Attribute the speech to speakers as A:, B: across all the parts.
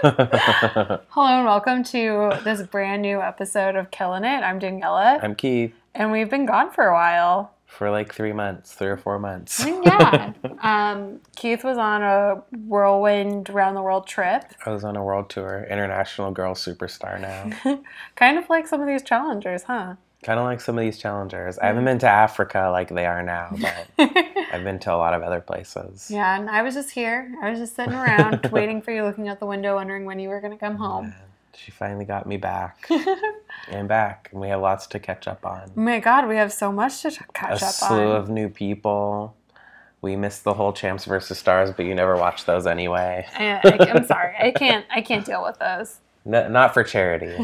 A: Hello and welcome to this brand new episode of Killing It. I'm Daniela,
B: I'm Keith
A: and we've been gone for a while.
B: for like three months, three or four months.
A: And Mm, yeah, um, Keith was on a whirlwind round the world trip,
B: I was on a world tour, international girl superstar now.
A: kind of like some of these challengers, huh?
B: kind of like some of these challengers. I
A: Mm.
B: haven't been to Africa like they are now, but I've been to a lot of other places.
A: yeah, and I was just here. I was just sitting around waiting for you, looking out the window, wondering when you were going to come home.
B: Yeah. She finally got me back and back, and we have lots to catch up on.
A: my God, we have so much to t- Mm, catch
B: a
A: up
B: slew
A: on.
B: of new people. We missed the whole Champs versus Stars, but you never watched those anyway.
A: I, I, I'm sorry, I can't. I can't deal with those.
B: N- not for charity.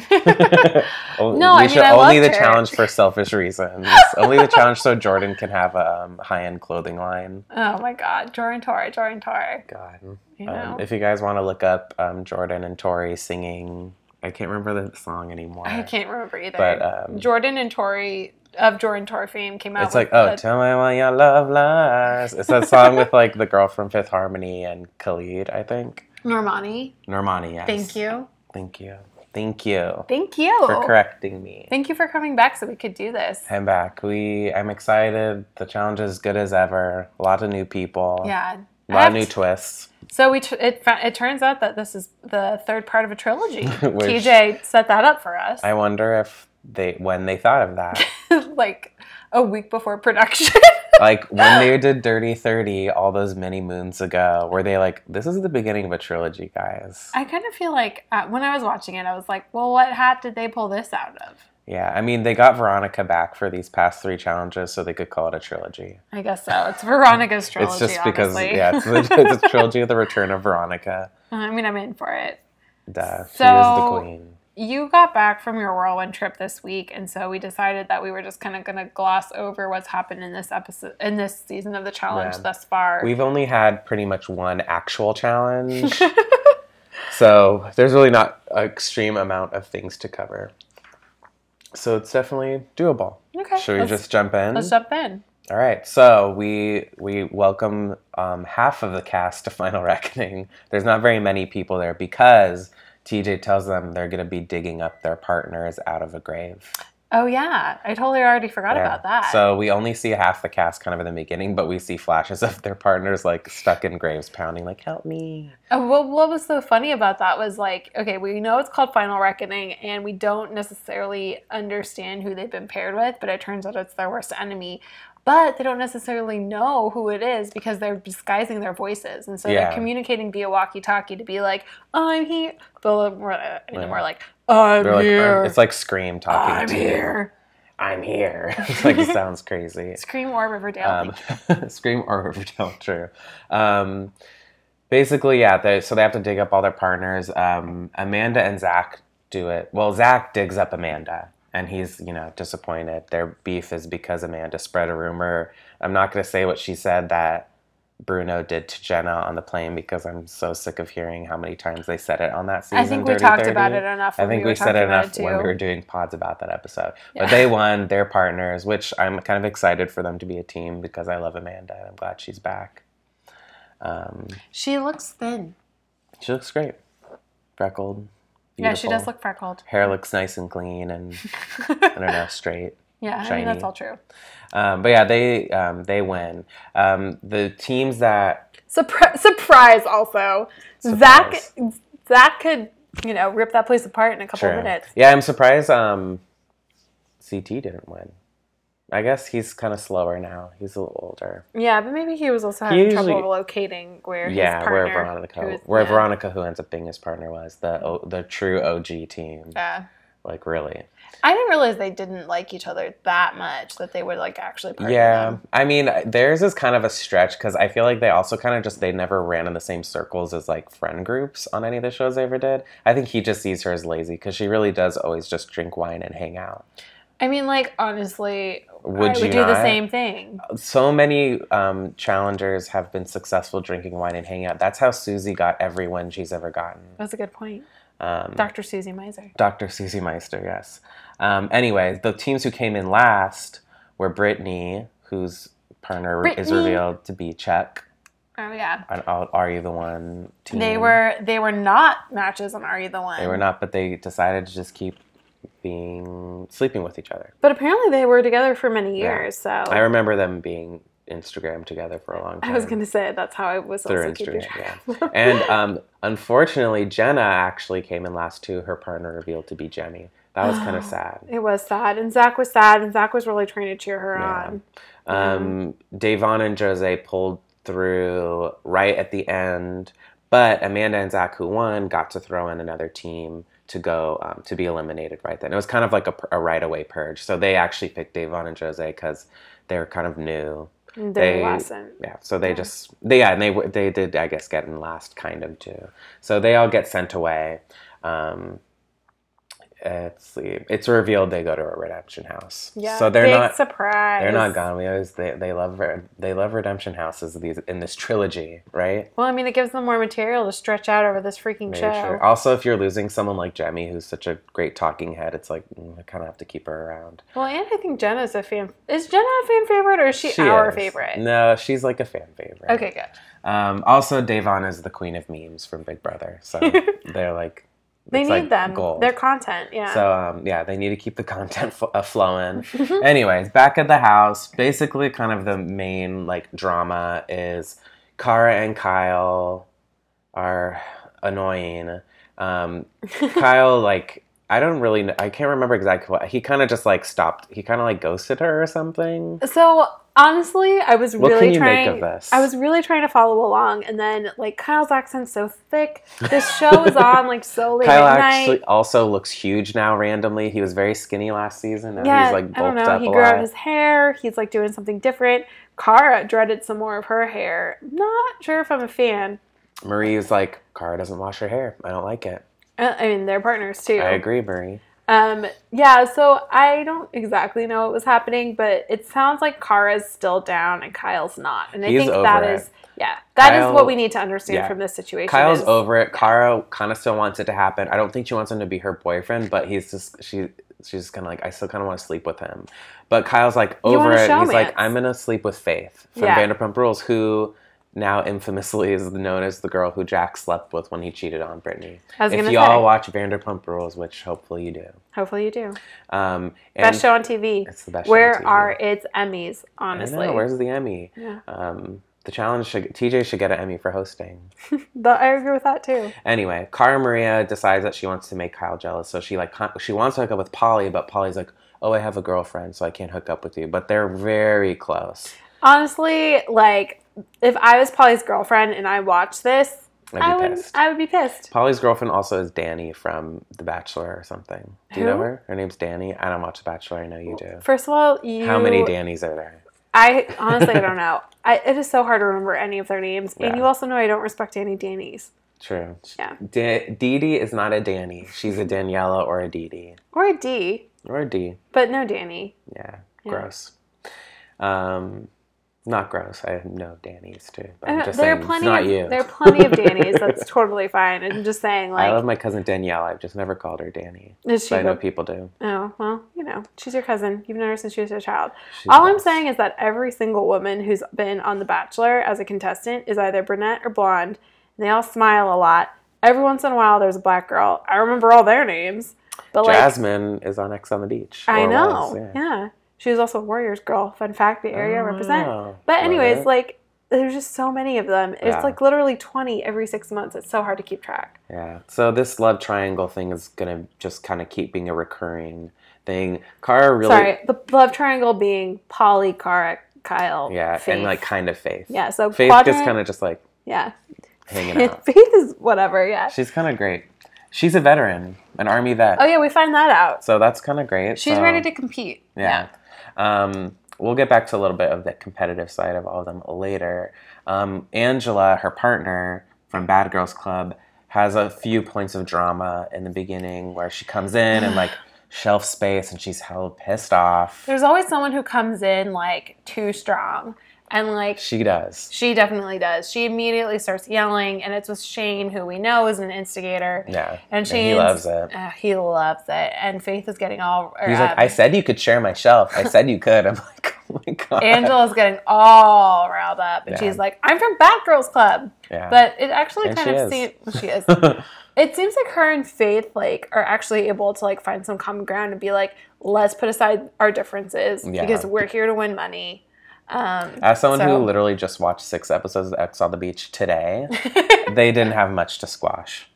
B: O-
A: No, I
B: we
A: mean,
B: should
A: I
B: only
A: loved
B: the
A: her.
B: challenge for selfish reasons. only the challenge so Jordan can have a um, high-end clothing line.
A: Oh my God, Jordan Tora, Jordan Tora.
B: God.
A: You know,
B: Um, if you guys want to look up um, Jordan and Tori singing, I can't remember the song anymore.
A: I can't remember either.
B: Uh, But um,
A: Jordan and Tori of Jordan Tori fame came out.
B: it's
A: with
B: like, oh,
A: the-
B: tell me why your love lies. It's that song with like the girl from Fifth Harmony and Khalid, I think.
A: Normani.
B: Normani, yes.
A: Thank you,
B: Thank you. Thank you
A: thank you.
B: for correcting me.
A: Thank you for coming back so we could do this.
B: I'm back. We I'm excited. The challenge is good as ever. A lot of new people.
A: Yeah.
B: A
A: I
B: lot
A: have
B: of new
A: t-
B: twists.
A: so we tr- it fa- it turns out that this is the third part of a trilogy.
B: Which-
A: TJ set that up for us,
B: I wonder if they when they thought of that.
A: like a week before production.
B: like when they did Dirty 30 all those many moons ago, were they like, this is the beginning of a trilogy, guys?
A: I kind of feel like uh, when I was watching it, I was like, well, what hat did they pull this out of?
B: yeah. I mean, they got Veronica back for these past three challenges, so they could call it a trilogy.
A: I guess so. It's Veronica's trilogy.
B: it's just because
A: honestly.
B: yeah, it's, the, it's a trilogy of the return of Veronica.
A: I mean, I'm in for it.
B: Duh, she is
A: So-
B: the queen.
A: you got back from your whirlwind trip this week and so we decided that we were just kind of going to gloss over what's happened in this episode in this season of the challenge
B: Yeah.
A: thus far
B: We've only had pretty much one actual challenge. so there's really not an extreme amount of things to cover. So it's definitely doable.
A: okay
B: Should we
A: let's,
B: just jump in?
A: let's jump in
B: All right. So we we welcome um, half of the cast to Final Reckoning. There's not very many people there because TJ tells them they're going to be digging up their partners out of a grave.
A: oh yeah i totally already forgot
B: Yeah.
A: about that
B: So we only see half the cast kind of in the beginning, but we see flashes of their partners like stuck in graves, pounding like "Help me!"
A: Uh, what, what was so funny about that was like okay we know it's called final reckoning and we don't necessarily understand who they've been paired with but it turns out it's their worst enemy but they don't necessarily know who it is because they're disguising their voices and so they're
B: Yeah.
A: communicating via walkie-talkie to be like i'm here but we're, uh, and
B: Yeah.
A: we're like i'm
B: They're like,
A: here
B: "I'm-" it's like Scream talking
A: i'm
B: to you.
A: here
B: I'm here. it's like it sounds crazy.
A: scream or riverdale
B: Um, Scream or Riverdale, true. Um, basically, yeah. They, so they have to dig up all their partners. Um, Amanda and Zach do it. Well, Zach digs up Amanda, and he's you know disappointed. Their beef is because Amanda spread a rumor. I'm not going to say what she said that Bruno did to Jenna on the plane because I'm so sick of hearing how many times they said it on that season.
A: i think we
B: 30,
A: talked about
B: 30.
A: it enough
B: I
A: when
B: think
A: were
B: we said
A: talking
B: it
A: about
B: enough when
A: too.
B: we were doing pods about that episode.
A: Yeah.
B: But they won, they're partners, which I'm kind of excited for them to be a team because I love Amanda and I'm glad she's back. Um,
A: she looks thin
B: she looks great. Freckled.
A: yeah she does
B: beautiful.
A: look freckled
B: Hair looks nice and clean and I don't know, straight.
A: yeah i mean
B: shiny.
A: that's all true
B: Um, but yeah, they um, they win. Um, the teams that
A: Surpri- surprise also zach
B: Surprise.
A: zach could you know rip that place apart in a couple
B: Sure.
A: minutes
B: Yeah, I'm surprised um, CT didn't win. I guess he's kind of slower now. He's a little older.
A: yeah but maybe he was also
B: He
A: having trouble
B: usually-
A: locating where
B: yeah,
A: his partner
B: where Veronica,
A: who is-
B: where
A: yeah.
B: Veronica, who ends up being his partner, was the o- the true OG team.
A: yeah
B: Like really,
A: i didn't realize they didn't like each other that much that they would like actually partner
B: yeah.
A: them.
B: I mean, theirs is kind of a stretch because I feel like they also kind of just they never ran in the same circles as like friend groups on any of the shows they ever did. I think he just sees her as lazy because she really does always just drink wine and hang out.
A: i mean like honestly
B: Would
A: i
B: you
A: would do the
B: not?
A: same thing
B: So many um, challengers have been successful drinking wine and hanging out. That's how Susie got everyone she's ever gotten.
A: that's a good point
B: Um,
A: dr susie miser
B: Dr. Susie Meister, yes. Um, anyway, the teams who came in last were Brittany, whose partner re- is
A: Brittany.
B: revealed to be Chuck,
A: Oh yeah.
B: on All- Are You the One team.
A: They were they were not matches on Are You the One?
B: Hmm. They were not, but they decided to just keep being sleeping with each other.
A: But apparently they were together for many
B: Yeah.
A: years. So
B: I remember them being Instagram together for a long
A: I
B: time.
A: was gonna say that's how I was
B: through
A: also keeping
B: Instagram,
A: track.
B: yeah. And um, unfortunately, Jenna actually came in last too. Her partner revealed to be Jenny. That was kind of sad.
A: It was sad, and Zach was sad, and Zach was really trying to cheer her
B: Yeah.
A: on.
B: Um, Davon and Jose pulled through right at the end, but Amanda and Zach, who won, got to throw in another team to go um, to be eliminated right then. It was kind of like a, pur- a right away purge. So they actually picked Davon and Jose because they were kind of new.
A: And
B: They-
A: They wasn't.
B: Yeah, so they just they yeah, and they were- they did I guess get in last kind of too. So they all get sent away. Um, let's see. It's revealed they go to a redemption house.
A: Yeah.
B: So they're
A: Big
B: not
A: surprise.
B: they're not gone. We always they, they love re- they love redemption houses these in this trilogy, right?
A: Well, I mean, it gives them more material to stretch out over this freaking
B: Very
A: show.
B: true. Also, if you're losing someone like Jemmy, who's such a great talking head, it's like mm, I kind of have to keep her around.
A: Well, and I think Jenna's a fan. Is Jenna a fan favorite or is she, our
B: is.
A: favorite?
B: No, she's like a fan favorite.
A: Okay, good.
B: Um, also, Davon is the queen of memes from Big Brother, so they're like
A: They
B: it's
A: need
B: like
A: them.
B: gold.
A: Their content, yeah.
B: So um, yeah, they need to keep the content fl- uh, flowing. Anyways, back at the house, basically, kind of the main like drama is Kara and Kyle are annoying. Um, Kyle like I don't really know, I can't remember exactly what he kind of just like stopped. He kind of like ghosted her or something.
A: So honestly, I was
B: What
A: really
B: can you
A: trying.
B: make of this?
A: I was really trying to follow along, and then like Kyle's accent's so thick. This show is on like so late
B: Kyle
A: at
B: actually
A: night.
B: also looks huge now randomly. He was very skinny last season. and
A: Yeah,
B: he's like bulked
A: I don't know.
B: up
A: He
B: a
A: grew
B: lot.
A: out his hair. He's like doing something different. Kara dreaded some more of her hair. Not sure if I'm a fan.
B: Marie is like, Kara doesn't wash her hair. I don't like it.
A: Uh, I mean, they're partners too.
B: I agree, Marie.
A: Um, yeah, so I don't exactly know what was happening, but it sounds like Kara's still down and Kyle's not. And I
B: He's
A: think
B: over
A: that
B: it.
A: is yeah, that is
B: Kyle-
A: what we need to understand
B: yeah.
A: from this situation.
B: Kyle's
A: is-
B: over it. Kara kind of still wants it to happen. I don't think she wants him to be her boyfriend, but he's just she. She's kind of like I still kind of want to sleep with him, but Kyle's like
A: You
B: over
A: want a
B: it. He's like
A: showmance.
B: I'm gonna sleep with Faith from
A: Yeah.
B: Vanderpump Rules, who now infamously is known as the girl who Jack slept with when he cheated on Brittany.
A: I was
B: if
A: gonna
B: you all
A: say.
B: watch Vanderpump Rules, which hopefully you do,
A: Hopefully you do.
B: um, and
A: Best show on TV.
B: it's the best. show on
A: Where
B: TV.
A: are its Emmys,
B: I know,
A: honestly?
B: where's the Emmy?
A: Yeah.
B: Um, the challenge should TJ should get an Emmy for hosting.
A: But I agree with that too.
B: Anyway, Cara Maria decides that she wants to make Kyle jealous, so she like con- she wants to hook up with Polly, but Polly's like, "Oh, I have a girlfriend, so I can't hook up with you." But they're very close.
A: Honestly, like if I was Polly's girlfriend and I watched this,
B: I'd be
A: I would
B: pissed.
A: I would be pissed.
B: Polly's girlfriend also is Danny from The Bachelor or something. Do you know
A: Who?
B: her? Her name's Danny. I don't watch The Bachelor. I know you do.
A: First of all, you
B: How many Dannys are there?
A: I honestly I don't know. I, it is so hard to remember any of their names,
B: Yeah.
A: and you also know I don't respect any Danny's
B: True.
A: Yeah.
B: Da- Dee Dee is not a Danny. She's a Daniela or a Dee Dee
A: or a D,
B: or a D.
A: but no Danny.
B: Yeah.
A: Yeah.
B: Gross. Um, not gross. I know Danny's too. But
A: I
B: I'm
A: know-
B: just
A: Uh, there
B: saying,
A: are
B: it's
A: plenty
B: not
A: of
B: you.
A: there are plenty of Danny's. That's totally fine. I'm just saying,
B: I love
A: like,
B: my cousin Danielle. I've just never called her Danny.
A: is she?
B: But I know
A: the-
B: people do.
A: Oh well, you know, she's your cousin. You've known her since she was a child.
B: She's
A: All
B: the
A: I'm
B: best.
A: saying is that every single woman who's been on The Bachelor as a contestant is either brunette or blonde, and they all smile a lot. Every once in a while, there's a black girl. I remember all their names, but like.
B: Jasmine is on X on the Beach.
A: I
B: or
A: know.
B: was,
A: yeah. She was also a Warriors girl. Fun fact, the area
B: Oh,
A: represent.
B: wow.
A: But
B: Love
A: anyways,
B: it.
A: like there's just so many of them. It's
B: Yeah.
A: like literally 20 every 6 months. It's so hard to keep track.
B: Yeah. So this love triangle thing is gonna just kind of keep being a recurring thing. Cara really.
A: Sorry. The love triangle being Polly, Cara, Kyle,
B: Yeah,
A: Faith.
B: and like kind of Faith.
A: Yeah, so
B: Faith just
A: quadrant-
B: kind of just like
A: yeah.
B: hanging out.
A: Faith is whatever, yeah.
B: She's kind of great. She's a veteran, an army vet.
A: Oh yeah, we find that out.
B: So that's kind of great.
A: She's
B: So,
A: ready to compete.
B: Yeah. Um, we'll get back to a little bit of the competitive side of all of them later. Um, Angela, her partner from Bad Girls Club, has a few points of drama in the beginning where she comes in and like shelf space and she's hella pissed off.
A: There's always someone who comes in like too strong and like
B: She does.
A: she definitely does. She immediately starts yelling and it's with Shane who we know is an instigator.
B: Yeah.
A: And she
B: he loves it.
A: he loves it. And Faith is getting all. Or,
B: He's
A: um,
B: like, I said you could share my shelf. I said you could. I'm like, oh my god.
A: Angela's getting all riled up, and
B: Yeah.
A: she's like, "I'm from Batgirls Club,"
B: Yeah.
A: but it actually
B: And
A: kind
B: she
A: of
B: is.
A: seems she is. it seems like her and Faith like are actually able to like find some common ground and be like, "Let's put aside our differences
B: Yeah.
A: because we're here to win money." Um,
B: As someone
A: So-
B: who literally just watched six episodes of X on the Beach today, they didn't have much to squash.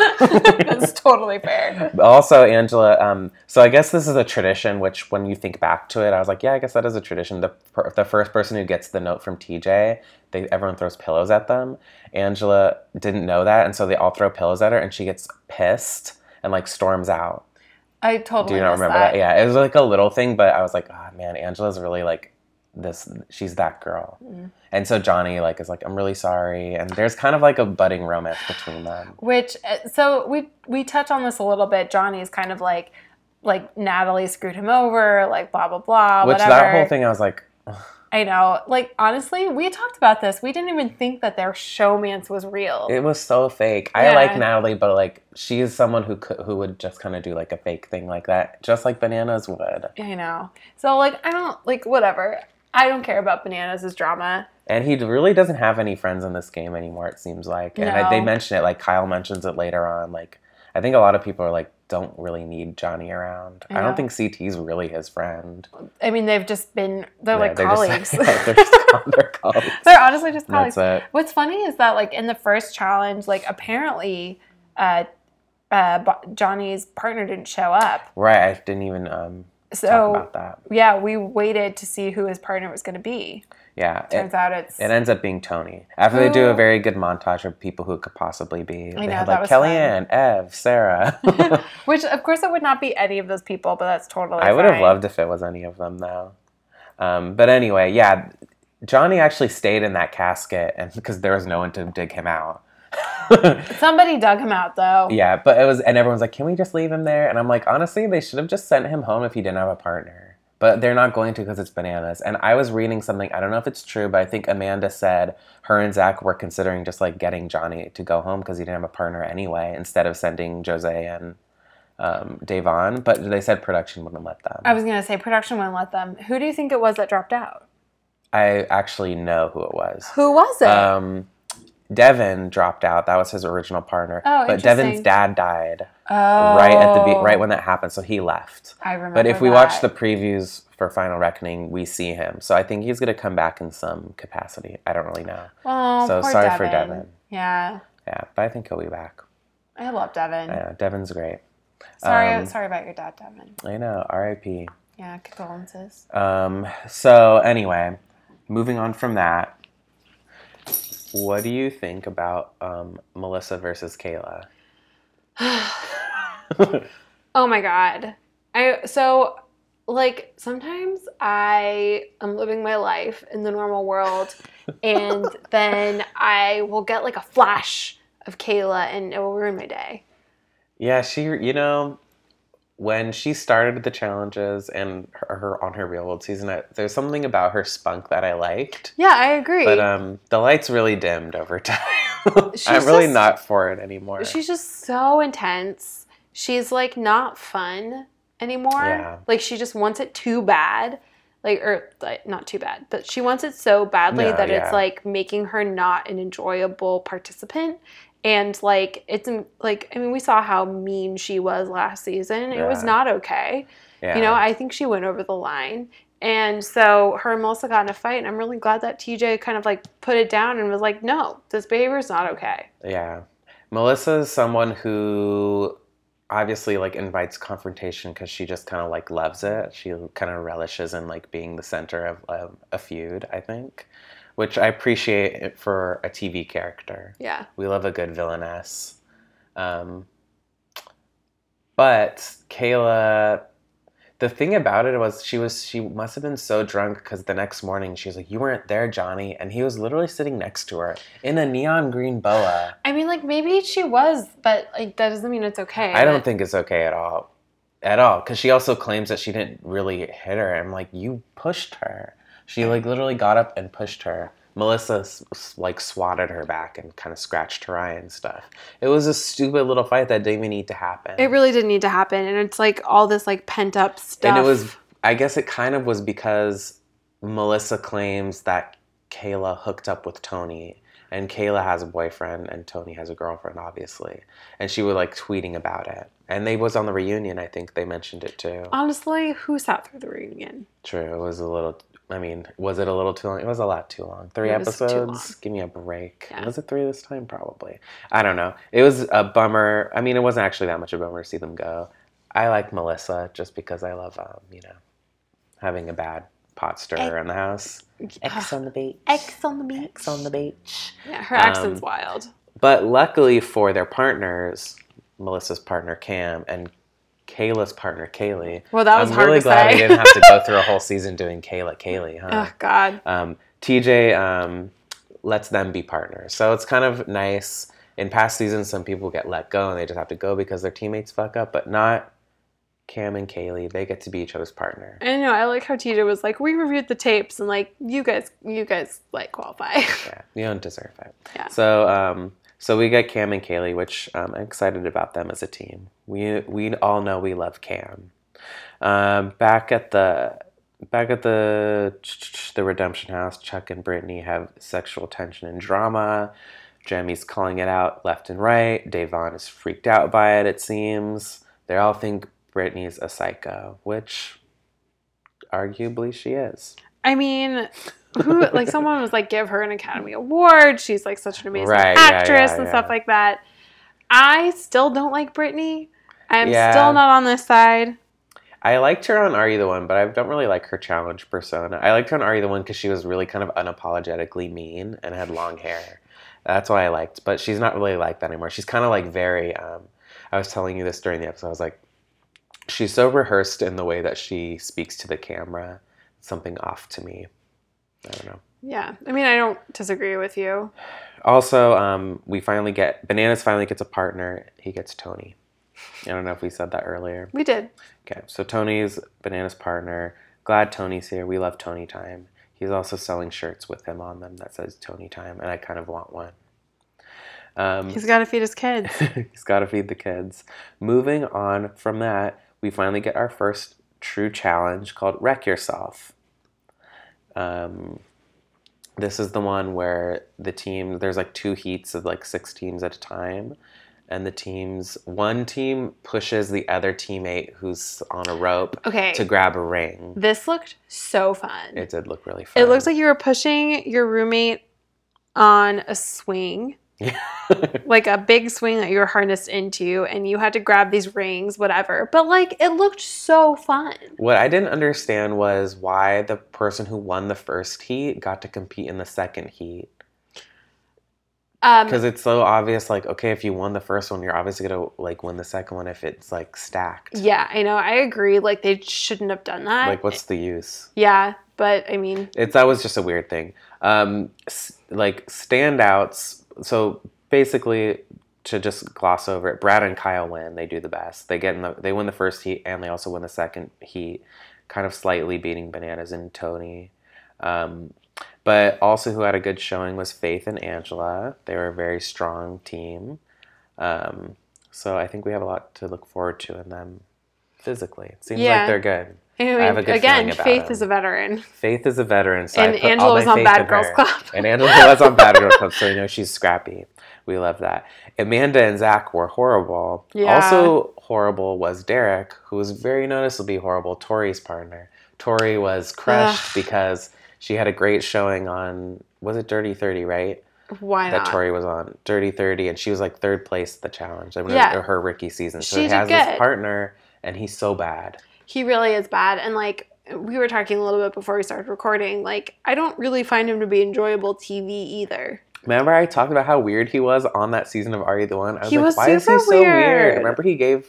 A: it's totally fair.
B: Also, Angela, um, so I guess this is a tradition, which when you think back to it, I was like, yeah, I guess that is a tradition. The, per- the first person who gets the note from TJ, they, everyone throws pillows at them. Angela didn't know that, and so they all throw pillows at her, and she gets pissed and like storms out.
A: I totally
B: Do you not
A: missed
B: remember that? Yeah, it was like a little thing, but I was like, oh man, Angela's really like this. She's that girl.
A: Mhm.
B: And so Johnny like is like, I'm really sorry, and there's kind of like a budding romance between them.
A: Which uh, so we we touch on this a little bit. Johnny's kind of like like Natalie screwed him over, like blah blah blah.
B: Which
A: Oh, whatever.
B: that whole thing, I was like,
A: I know. Like honestly, we talked about this. We didn't even think that their showmance was real.
B: it was so fake. I
A: Yeah.
B: like Natalie, but like she is someone who could, who would just kind of do like a fake thing like that, just like bananas would.
A: I know. So like I don't like whatever. I don't care about bananas as drama.
B: And he really doesn't have any friends in this game anymore. It seems like, and I, they
A: No.
B: mention it. Like Kyle mentions it later on. Like I think a lot of people are like, don't really need Johnny around.
A: I
B: I, don't
A: know.
B: think CT's really his friend.
A: I mean, they've just been they're
B: Yeah,
A: like colleagues.
B: Just, yeah, they're just co- they're colleagues.
A: they're honestly just
B: And
A: colleagues.
B: That's it.
A: What's funny is that like in the first challenge, like apparently uh uh Bo- Johnny's partner didn't show up.
B: Right. I didn't even um, talk
A: So
B: about that.
A: yeah, we waited to see who his partner was going to be.
B: Yeah. It,
A: Turns out it's
B: it ends up being Tony. After they do
A: Ooh.
B: a very good montage of people who it could possibly be,
A: I
B: they
A: know,
B: had
A: that
B: like
A: was fun.
B: Kellyanne, Ev, Sarah.
A: which of course it would not be any of those people, but that's totally
B: I would have
A: fine.
B: loved if it was any of them though. Um, but anyway, yeah, Johnny actually stayed in that casket, and because there was no one to dig him out.
A: Somebody dug him out though.
B: yeah, but it was, and everyone's like, "Can we just leave him there?" And I'm like, honestly, they should have just sent him home if he didn't have a partner. But they're not going to because it's bananas. And I was reading something. I don't know if it's true, but I think Amanda said her and Zach were considering just like getting Johnny to go home because he didn't have a partner anyway, instead of sending Jose and um, Davon. But they said production wouldn't let them.
A: I was gonna say production wouldn't let them. Who do you think it was that dropped out?
B: I actually know who it was.
A: Who was it?
B: Um, Devin dropped out. That was his original partner.
A: Oh,
B: but
A: interesting.
B: Devin's dad died
A: oh,
B: right at the be- right when that happened, so he left.
A: I remember.
B: But if we
A: that.
B: watch the previews for Final Reckoning, we see him. So I think he's going to come back in some capacity. I don't really know.
A: oh,
B: so
A: poor
B: sorry
A: Devin.
B: for Devin.
A: Yeah,
B: Yeah, but I think he'll be back.
A: I love Devin.
B: Yeah, Devin's great.
A: sorry,
B: um,
A: sorry about your dad, Devin.
B: I know. R.I.P.
A: Yeah, condolences.
B: Um, so anyway, moving on from that, what do you think about um, Melissa versus Kayla?
A: Oh my god. I so like sometimes I am living my life in the normal world and then I will get like a flash of Kayla and it will ruin my day.
B: Yeah, she, you know, when she started the challenges and her, her on her real world season, I, there's something about her spunk that I liked.
A: Yeah, I agree.
B: But um, the lights really dimmed over time. I'm
A: She's
B: really
A: just-
B: not for it anymore.
A: She's just so intense. She's like not fun anymore.
B: Yeah.
A: Like she just wants it too bad. Like or like, not too bad, but she wants it so badly
B: No,
A: that
B: yeah.
A: it's like making her not an enjoyable participant. And like it's um, like I mean we saw how mean she was last season. It was
B: Yeah.
A: not okay.
B: yeah.
A: You know, I think she went over the line. And so her and Melissa got in a fight, and I'm really glad that TJ kind of like put it down and was like, "No, this behavior is not okay."
B: Yeah. Melissa is someone who obviously like invites confrontation because she just kind of like loves it. She kind of relishes in like being the center of um, a feud, I think, which I appreciate it for a TV character.
A: Yeah.
B: We love a good villainess. Um, but Kayla, the thing about it was she was she must have been so drunk because the next morning she was like, "You weren't there, Johnny," and he was literally sitting next to her in a neon green boa.
A: I mean, like maybe she was, but like that doesn't mean it's okay.
B: I don't think it's okay at all. At all. Because she also claims that she didn't really hit her. I'm like, you pushed her. She like literally got up and pushed her. Melissa s- s- like swatted her back and kind of scratched her eye and stuff. It was a stupid little fight that didn't even need to happen.
A: it really didn't need to happen, and it's like all this like pent up stuff.
B: And it was, I guess it kind of was because Melissa claims that Kayla hooked up with Tony, and Kayla has a boyfriend, and Tony has a girlfriend, obviously. And she was like tweeting about it, and they was on the reunion. I think they mentioned it too.
A: Honestly, who sat through the reunion?
B: True, it was a little. I mean, was it a little too long? It was a lot too long. Three
A: It was too
B: episodes.
A: long.
B: Give me a break.
A: Yeah.
B: Was it three this time? Probably. I don't know. It was a bummer. I mean, it wasn't actually that much of a bummer to see them go. I like Melissa just because I love, um, you know, having a bad pot stirrer in the house. X on the beach.
A: X on the beach.
B: X on the beach.
A: Yeah, her accent's
B: Um,
A: wild.
B: But luckily for their partners, Melissa's partner Cam and Kayla's partner Kaylee.
A: Well, that was
B: I'm
A: hard
B: really
A: to
B: glad
A: say.
B: I didn't have to go through a whole season doing Kayla Kaylee, huh?
A: Oh God.
B: um, TJ um, lets them be partners. So it's kind of nice. In past seasons, some people get let go and they just have to go because their teammates fuck up, but not Cam and Kaylee. They get to be each other's partner.
A: I know. I like how TJ was like, we reviewed the tapes and like you guys, you guys like qualify.
B: Yeah, you don't deserve it.
A: Yeah.
B: So, um, so we got Cam and Kaylee, which um, I'm excited about them as a team. We we all know we love Cam. Um, back at the back at the the Redemption House, Chuck and Brittany have sexual tension and drama. Jamie's calling it out left and right. Davon is freaked out by it. It seems they all think Brittany's a psycho, which arguably she is.
A: I mean, who like someone was like give her an Academy Award. She's like such an amazing
B: Right, yeah,
A: actress
B: yeah,
A: and
B: yeah.
A: stuff like that. I still don't like Britney. I'm
B: Yeah.
A: still not on this side.
B: I liked her on Are You the One, but I don't really like her challenge persona. I liked her on Are You the One because she was really kind of unapologetically mean and had long hair. That's what I liked, but she's not really like that anymore. She's kind of like very. Um, I was telling you this during the episode. I was like, she's so rehearsed in the way that she speaks to the camera. Something off to me. I don't know.
A: Yeah. I mean, I don't disagree with you.
B: Also, um, we finally get Bananas. Finally gets a partner. He gets Tony. I don't know if we said that earlier.
A: We did.
B: Okay, so Tony's Banana's partner. Glad Tony's here. We love Tony Time. He's also selling shirts with him on them that says Tony Time, and I kind of want one. Um,
A: He's got to feed his kids.
B: he's got to feed the kids. Moving on from that, we finally get our first true challenge called Wreck Yourself. Um, this is the one where the team, there's like two heats of like six teams at a time. And the teams, one team pushes the other teammate who's on a rope
A: Okay.
B: to grab a ring.
A: This looked so fun.
B: It did look really fun.
A: It looks like you were pushing your roommate on a swing, like a big swing that you were harnessed into, and you had to grab these rings, whatever. But like, it looked so fun.
B: What I didn't understand was why the person who won the first heat got to compete in the second heat.
A: Um,
B: because it's so obvious like okay if you won the first one you're obviously gonna like win the second one if it's like stacked
A: yeah, I know. I agree. Like, they shouldn't have done that.
B: like what's the use
A: yeah, but I mean,
B: it's that was just a weird thing um s- like standouts so basically to just gloss over it brad and kyle win they do the best they get in the they win the first heat and they also win the second heat kind of slightly beating bananas and tony um but also who had a good showing was faith and angela they were a very strong team um so i think we have a lot to look forward to in them physically it seems
A: Yeah.
B: like they're good
A: I mean,
B: have a good
A: again,
B: feeling about
A: Faith
B: him.
A: is a veteran,
B: faith is a veteran so I
A: and
B: put all
A: Angela
B: my
A: was on
B: faith
A: Bad
B: in
A: Girls
B: her.
A: Club.
B: And Angela was on Bad Girl Club, so you know she's scrappy. We love that. Amanda and Zach were horrible.
A: Yeah.
B: Also horrible was Derek, who was very noticeably horrible, Tori's partner. Tori was crushed because she had a great showing on was it Dirty Thirty, right?
A: Why
B: That
A: not?
B: Tori was on Dirty Thirty, and she was like third place at the challenge. I mean,
A: Yeah.
B: or her Ricky season. So
A: She
B: he
A: did
B: has
A: good.
B: this partner, and he's so bad.
A: he really is bad and like we were talking a little bit before we started recording like i don't really find him to be enjoyable tv either
B: Remember, I talked about how weird he was on that season of Are You the One? I was
A: He
B: like,
A: was
B: why is he
A: super
B: so weird?
A: weird.
B: Remember, he gave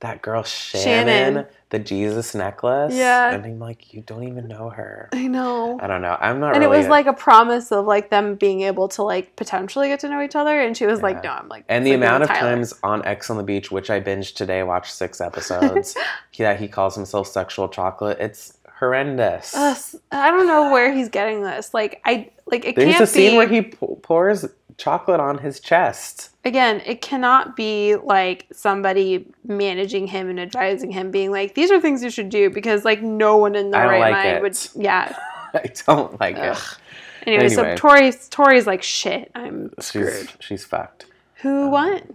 B: that girl Shannon,
A: Shannon.
B: the Jesus necklace?
A: Yeah.
B: And I'm like, you don't even know her.
A: i know
B: I don't know. I'm not
A: and it
B: really.
A: was like a promise of like them being able to like potentially get to know each other and she was like no
B: Yeah.
A: i'm like
B: and the
A: sleeping
B: amount of
A: with Tyler.
B: times on X on the Beach, which I binged today, watched six episodes, that he calls himself sexual chocolate, it's horrendous.
A: Ugh, s- i don't know where he's getting this like i like it
B: There's
A: can't
B: a scene
A: be
B: where he pou- pours chocolate on his chest.
A: again it cannot be like somebody managing him and advising him being like these are things you should do because like no one in
B: I
A: their
B: don't
A: right
B: like
A: mind
B: it.
A: would yeah
B: I don't like
A: Ugh.
B: it.
A: Anyway, so
B: Anyway.
A: Tori, Tori's like, shit, I'm screwed.
B: She's she's fucked.
A: Who won?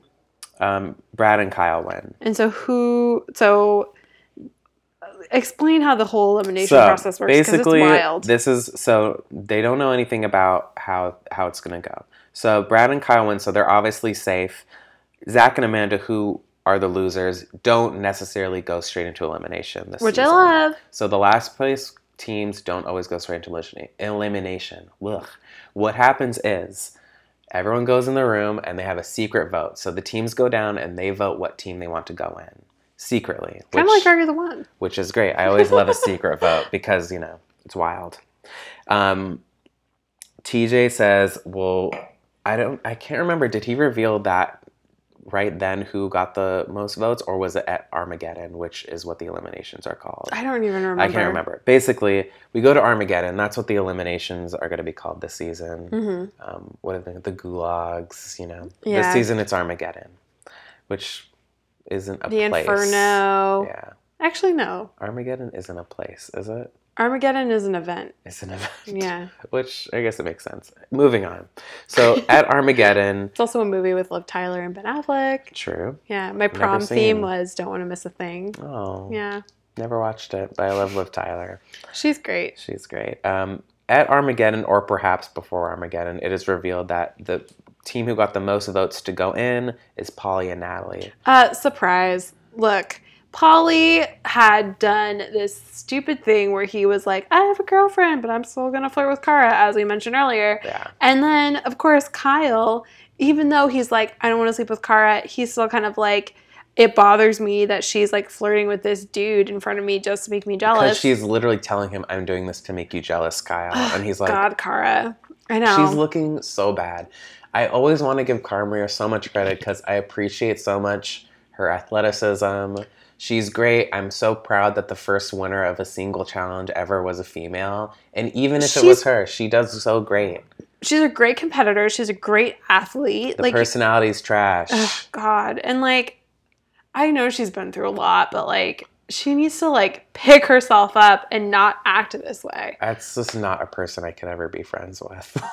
B: Um, Brad and Kyle win.
A: And so who? So uh, explain how the whole elimination process works because it's
B: basically,
A: wild.
B: this is so they don't know anything about how how it's gonna go. So Brad and Kyle win, so they're obviously safe. Zach and Amanda, who are the losers, don't necessarily go straight into elimination. This
A: which I
B: season.
A: love.
B: So the last place teams don't always go straight into elimination. Elimination. Ugh. What happens is everyone goes in the room and they have a secret vote. So the teams go down and they vote what team they want to go in secretly,
A: Kind
B: which,
A: of like Are You the One?
B: which is great. I always love a secret vote because you know it's wild. Um, TJ says, "Well, I don't. I can't remember. Did he reveal that?" Right then, who got the most votes, or was it at Armageddon, which is what the eliminations are called?
A: I don't even remember.
B: I can't remember. Basically, we go to Armageddon. That's what the eliminations are going to be called this season.
A: Mm-hmm.
B: Um, what are they? The gulags, you know.
A: Yeah.
B: This season it's Armageddon, which isn't a
A: The
B: place.
A: Inferno.
B: Yeah.
A: Actually, no.
B: Armageddon isn't a place, is it?
A: Armageddon is an event.
B: It's an event.
A: Yeah.
B: Which I guess it makes sense. Moving on. So at Armageddon,
A: It's also a movie with Liv Tyler and Ben Affleck.
B: true.
A: Yeah. My prom
B: seen.
A: theme was Don't Want to Miss a Thing.
B: Oh,
A: Yeah.
B: never watched it, but I love Liv Tyler.
A: She's great.
B: She's great. Um, at Armageddon, or perhaps before Armageddon, it is revealed that the team who got the most votes to go in is Polly and Natalie.
A: Uh, surprise. Look, Polly had done this stupid thing where he was like, I have a girlfriend, but I'm still going to flirt with Kara, as we mentioned earlier.
B: Yeah.
A: And then, of course, Kyle, even though he's like, I don't want to sleep with Kara, he's still kind of like, it bothers me that she's like flirting with this dude in front of me just to make me
B: Because
A: jealous.
B: she's literally telling him, I'm doing this to make you jealous, Kyle. and he's like,
A: God, Kara. I know.
B: she's looking so bad. I always want to give Carmaria so much credit because I appreciate so much her athleticism. She's great. I'm so proud that the first winner of a single challenge ever was a female. And even if it was
A: She's-
B: her, she does so great.
A: she's a great competitor. She's a great athlete.
B: The
A: like,
B: personality's trash.
A: Ugh, God. And like, I know she's been through a lot, but like, she needs to like pick herself up and not act this way.
B: That's just not a person I could ever be friends with.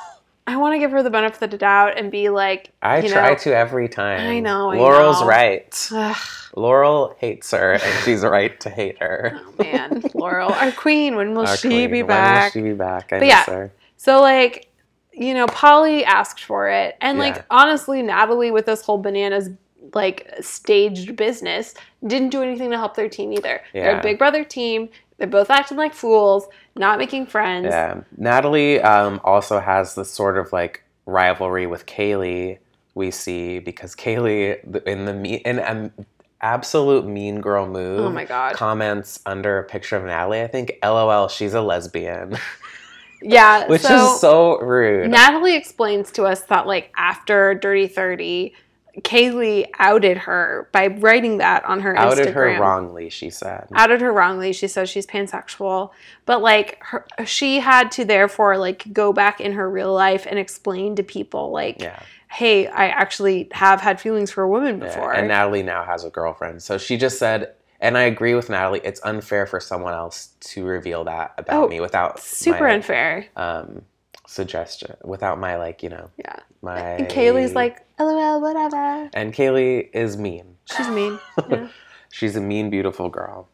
A: I want to give her the benefit of the doubt and be like,
B: I
A: you
B: try
A: know,
B: to every time.
A: I know, I
B: Laurel's
A: know.
B: right.
A: Ugh,
B: Laurel hates her, and she's right to hate her.
A: oh man, Laurel, our queen, when will
B: Our
A: she
B: queen.
A: be
B: When will
A: back?
B: she be back? I
A: But
B: miss
A: yeah,
B: her.
A: So like, you know, Polly asked for it, and
B: Yeah.
A: like honestly, Natalie with this whole bananas like staged business didn't do anything to help their team either. They're
B: Yeah.
A: a Big Brother team. They're both acting like fools, not making friends.
B: Yeah. Natalie um, also has this sort of like rivalry with Kaylee we see because Kaylee th- in the me in an absolute mean girl move.
A: Oh my god.
B: Comments under a picture of Natalie, I think, LOL, she's a lesbian,
A: Yeah.
B: which
A: so,
B: is so rude.
A: Natalie explains to us that like after Dirty 30, Kaylee outed her by writing that on her
B: outed
A: Instagram.
B: her wrongly, she said.
A: outed her wrongly. She says she's pansexual, but like her, she had to therefore like go back in her real life and explain to people like,
B: yeah.
A: "Hey, I actually have had feelings for a woman
B: yeah.
A: before."
B: And Natalie now has a girlfriend. So she just said, and I agree with Natalie, it's unfair for someone else to reveal that about
A: Oh,
B: me without
A: Super
B: my,
A: unfair.
B: um suggestion without my like, you know,
A: Yeah.
B: my
A: And Kaylee's like, "LOL, whatever."
B: and Kaylee is mean.
A: She's mean. Yeah.
B: She's a mean, beautiful girl.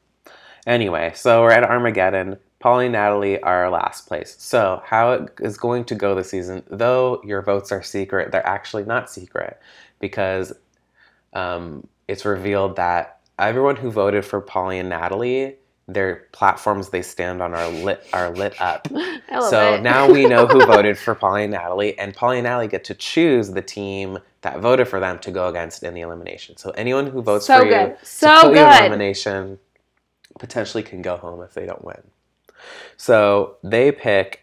B: Anyway, so we're at Armageddon. Polly and Natalie are last place. So, how it is going to go this season, though your votes are secret, they're actually not secret because um, it's revealed that everyone who voted for Polly and Natalie, their platforms they stand on are lit, are lit up.
A: I love
B: so
A: it.
B: now we know who voted for Polly and Natalie, and Polly and Natalie get to choose the team that voted for them to go against in the elimination. So anyone who votes
A: so
B: for
A: good.
B: you to
A: so
B: put you in
A: good.
B: elimination potentially can go home if they don't win. So they pick.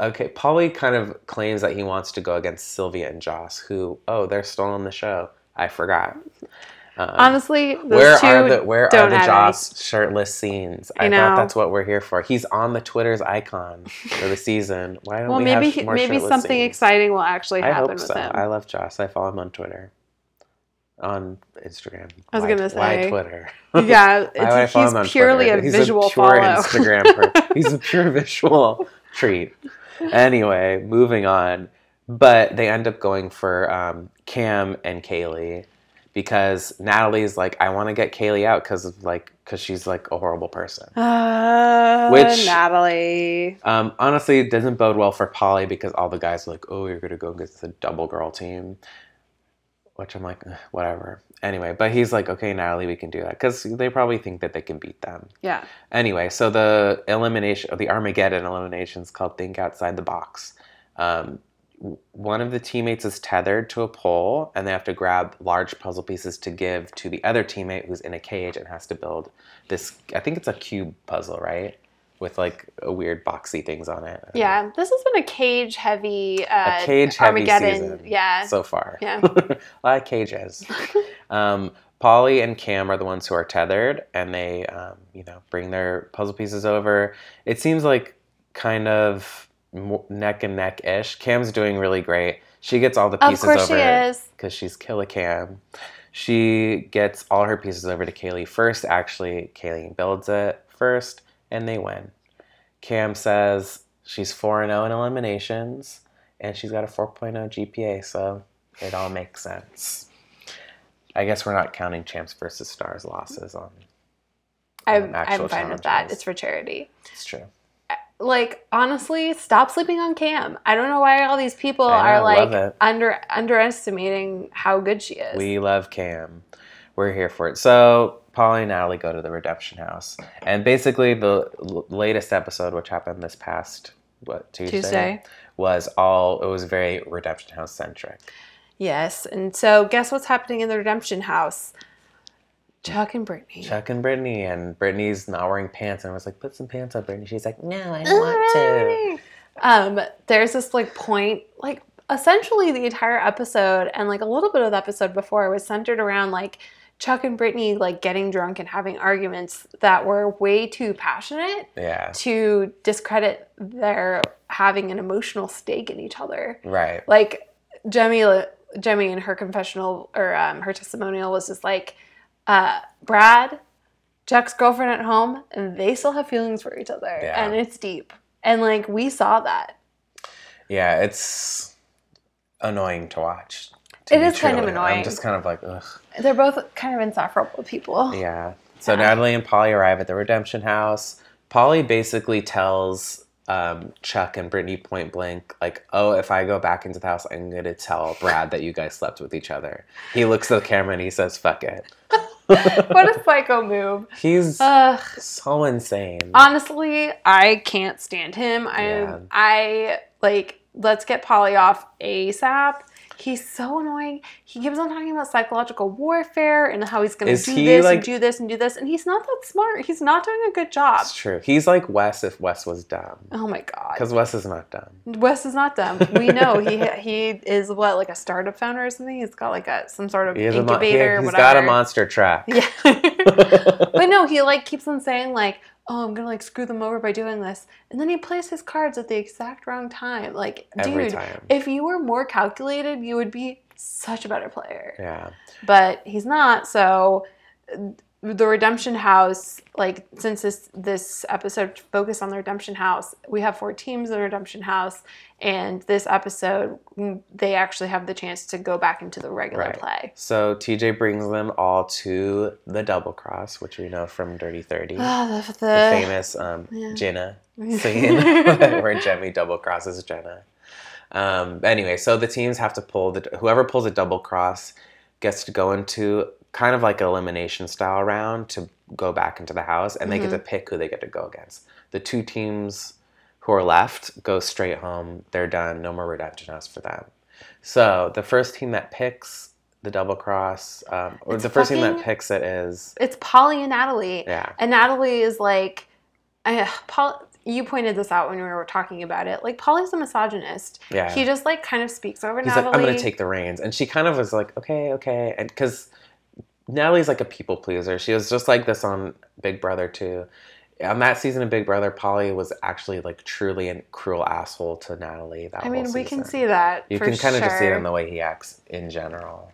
B: Okay, Polly kind of claims that he wants to go against Sylvia and Joss, who oh they're still on the show. I forgot. Um,
A: Honestly, those
B: where
A: two
B: are the where are
A: don't
B: the
A: add
B: Joss shirtless scenes?
A: I
B: I,
A: know.
B: thought that's what we're here for. He's on the Twitter's icon for the season. Why don't
A: Well,
B: we
A: maybe
B: have sh- more
A: maybe
B: shirtless
A: something
B: scenes?
A: exciting will actually
B: I
A: happen
B: hope
A: with
B: so.
A: him.
B: I love Joss. I follow him on Twitter. on Instagram.
A: I was
B: Why-
A: gonna
B: why
A: say.
B: Twitter.
A: Yeah,
B: Why would I
A: it's,
B: follow him on
A: he's purely
B: Twitter?
A: a visual
B: he's a pure
A: follow.
B: Instagram. Per- he's a pure visual treat. Anyway, moving on. But they end up going for um, Cam and Kaylee because Natalie's like, I want to get Kaylee out because of like, because she's like a horrible person.
A: Uh,
B: Which-
A: Natalie?
B: Um, honestly, it doesn't bode well for Polly because all the guys are like, "Oh, you're gonna go against the double girl team," which I'm like, "Ugh, whatever. Anyway, but he's like, "Okay, Natalie, we can do that," because they probably think that they can beat them.
A: Yeah.
B: Anyway, so the elimination, or the Armageddon elimination, is called "Think Outside the Box." Um, w- one of the teammates is tethered to a pole, and they have to grab large puzzle pieces to give to the other teammate who's in a cage and has to build this. I think it's a cube puzzle, right? With like a weird boxy things on it.
A: Yeah. This has been a cage heavy uh
B: a cage heavy
A: Armageddon.
B: season.
A: Yeah.
B: so far.
A: Yeah.
B: a lot of cages. um, Polly and Cam are the ones who are tethered, and they, um, you know, bring their puzzle pieces over. It seems like kind of mo- neck and neck ish. Cam's doing really great. She gets all the
A: of
B: pieces
A: course she
B: over
A: is.
B: because she's killer Cam. She gets all her pieces over to Kaylee first. Actually, Kaylee builds it first, and they win. Cam says she's 4 0 in eliminations, and she's got a 4.0 GPA, so it all makes sense. I guess we're not counting champs versus stars losses on.
A: I'm,
B: Um,
A: I'm
B: actual
A: fine with that.
B: challenges.
A: It's for charity.
B: It's true.
A: Like honestly, stop sleeping on Cam. I don't know why all these people
B: I know,
A: are
B: I love
A: like
B: it.
A: under underestimating how good she is.
B: We love Cam. We're here for it. So Polly and Natalie go to the Redemption House, and basically the l- latest episode, which happened this past what Tuesday,
A: Tuesday.
B: was all. It was very Redemption House centric.
A: Yes, and so guess what's happening in the Redemption House? Chuck and Brittany.
B: Chuck and Brittany, and Brittany's not wearing pants, and I was like, "Put some pants on, Brittany." She's like, "No, I don't want to."
A: Um, there's this like point, like essentially the entire episode and like a little bit of the episode before was centered around like Chuck and Brittany like getting drunk and having arguments that were way too passionate
B: Yeah,
A: to discredit their having an emotional stake in each other.
B: right.
A: Like Jemmy, Jemmy in her confessional or um, her testimonial was just like, uh, Brad, Jack's girlfriend at home, and they still have feelings for each other,
B: Yeah.
A: and it's deep. And like we saw that,
B: Yeah, it's annoying to watch.
A: It
B: It is
A: is kind of annoying.
B: I'm just kind of like, ugh.
A: they're both kind of insufferable people.
B: Yeah. So Natalie and Polly arrive at the Redemption House. Polly basically tells um, Chuck and Brittany point blank, like, "Oh, if I go back into the house, I'm gonna tell Brad that you guys slept with each other." He looks at the camera and he says, "Fuck it."
A: what a psycho move.
B: He's
A: Ugh.
B: so insane.
A: Honestly, I can't stand him. I
B: Yeah.
A: I like let's get Polly off ASAP. He's so annoying. He keeps on talking about psychological warfare and how he's going to
B: Is
A: do
B: he,
A: this
B: like-
A: and do this and do this, and he's not that smart. He's not doing a good job.
B: It's true. He's like Wes if Wes was dumb,
A: Oh my god.
B: because Wes is not dumb.
A: Wes is not dumb. We know he he is what like a startup founder or something. He's got like a some sort of
B: He is a mon- he,
A: incubator.
B: has
A: whatever.
B: got a monster truck.
A: Yeah. but no, he like keeps on saying like, "Oh, I'm gonna like screw them over by doing this," and then he plays his cards at the exact wrong time. Like,
B: Every
A: dude,
B: time.
A: if you were more calculated, you would be such a better player.
B: Yeah.
A: But he's not. So, uh, the Redemption House, like, since this this episode focused on the Redemption House, we have four teams in the Redemption House, and this episode mm, they actually have the chance to go back into the regular
B: Right.
A: play.
B: So TJ brings them all to the double cross, which we know from Dirty Thirty.
A: Ah, the,
B: Mm-hmm. the famous um,
A: yeah.
B: Jenna scene where Jemmy double crosses Jenna. Um, anyway, so the teams have to pull the whoever pulls a double cross gets to go into kind of like an elimination style round to go back into the house, and they
A: Mm-hmm.
B: get to pick who they get to go against. The two teams who are left go straight home. They're done. No more redemption house for them. So the first team that picks the double cross, um, or
A: It's
B: the first team
A: fucking-
B: that picks it is
A: it's Polly and Natalie.
B: yeah,
A: And Natalie is like, I, Paul, you pointed this out when we were talking about it. Like, Polly's a misogynist.
B: yeah.
A: He just like kind of speaks over
B: He's
A: Natalie.
B: like, I'm gonna take the reins, and she kind of was like, okay, okay, and because Natalie's like a people pleaser. She was just like this on Big Brother too. On that season of Big Brother, Polly was actually like truly a cruel asshole to Natalie. That
A: I mean,
B: whole
A: we can
B: season.
A: see that.
B: You
A: for
B: can kind of just see it
A: sure.
B: in the way he acts in general.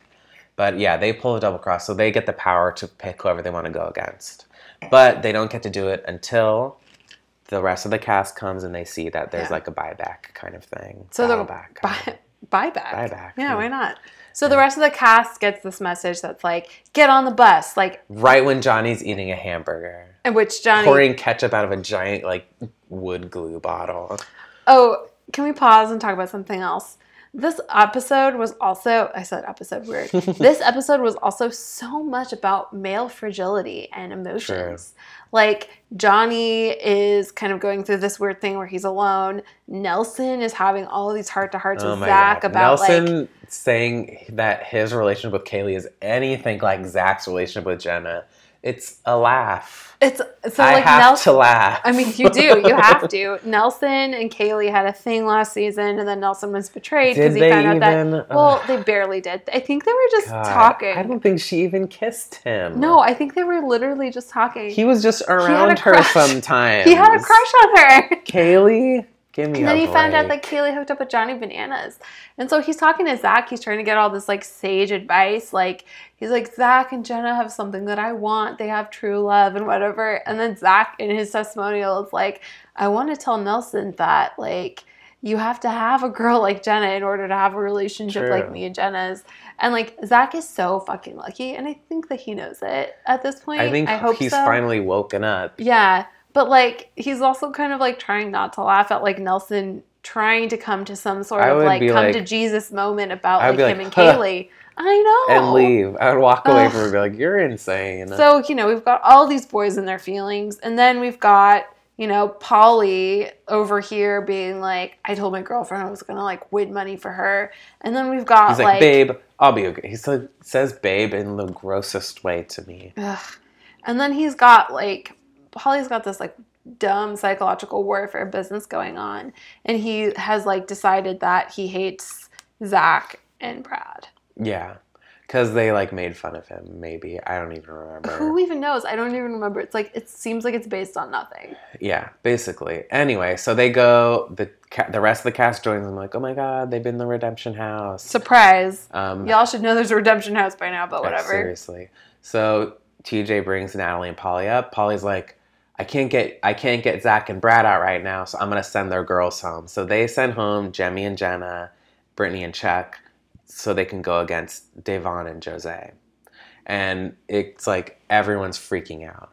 B: But yeah, they pull a double cross, so they get the power to pick whoever they want to go against. But they don't get to do it until the rest of the cast comes and they see that there's
A: Yeah.
B: like a buyback kind of thing.
A: So the
B: Battleback.
A: buy, buyback.
B: Buyback,
A: Yeah,
B: yeah.
A: why not? So the rest of the cast gets this message that's like, get on the bus, like,
B: right when Johnny's eating a hamburger,
A: and which Johnny.
B: pouring ketchup out of a giant like wood glue bottle.
A: Oh, can we pause and talk about something else? This episode was also, I said episode weird. this episode was also so much about male fragility and emotions. Like, Johnny is kind of going through this weird thing where he's alone. Nelson is having all of these heart to hearts
B: Oh
A: with
B: my
A: Zach
B: god!
A: about, like,
B: Nelson saying that his relationship with Kaylee is anything like Zach's relationship with Jenna. It's a laugh.
A: it's so
B: I
A: like
B: have
A: Nelson.
B: to laugh.
A: I mean, you do. You have to. Nelson and Kaylee had a thing last season, and then Nelson was betrayed because
B: Did
A: he
B: they
A: found out that.
B: even?
A: Well, they barely did. I think they were just
B: God,
A: talking.
B: I don't think she even kissed him.
A: no, I think they were literally just talking.
B: he
A: He,
B: was just
A: a
B: around her
A: crush.
B: sometimes.
A: had a crush on her.
B: Kaylee, give me.
A: And
B: a
A: then he found out
B: break.
A: that Kaylee hooked up with Johnny Bananas. And so he's talking to Zach. He's trying to get all this like sage advice. Like he's like, Zach and Jenna have something that I want. They have true love and whatever. And then Zach in his testimonial is like, I want to tell Nelson that like you have to have a girl like Jenna in order to have a relationship
B: True.
A: like me and Jenna's. And like Zach is so fucking lucky. And I think that he knows it at this point.
B: I think
A: hope
B: he's
A: so.
B: finally woken up.
A: Yeah, but like he's also kind of like trying not to laugh at like Nelson trying to come to some sort
B: I
A: of
B: would
A: like
B: be
A: come
B: like-
A: to Jesus moment about
B: I
A: like
B: would
A: him
B: be
A: and
B: like,
A: Kaylee. I know.
B: And leave. I would walk away
A: Oh. Ugh.
B: from her and be like, You're insane.
A: So you know we've got all these boys and their feelings, and then we've got you know Polly over here being like, I told my girlfriend I was gonna like win money for her, and then we've got
B: He's like,
A: like,
B: babe, I'll be okay. He said, says babe in the grossest way to me.
A: Ugh. And then he's got like Holly's got this like dumb psychological warfare business going on, and he has like decided that he hates Zach and Brad.
B: Yeah. Because they like made fun of him, maybe. I don't even remember.
A: Who even knows? I don't even remember. It's like it seems like it's based on nothing.
B: yeah, basically. Anyway, so they go, the ca- the rest of the cast joins them, like, Oh my God, they've been in the Redemption House.
A: Surprise!
B: um,
A: Y'all should know there's a Redemption House by now, but
B: Like,
A: whatever.
B: seriously. So TJ brings Natalie and Polly up. Polly's like, I can't get I can't get Zach and Brad out right now, so I'm gonna send their girls home. So they send home Jemmy and Jenna, Brittany and Chuck, so they can go against Devon and Jose. And it's like everyone's freaking out.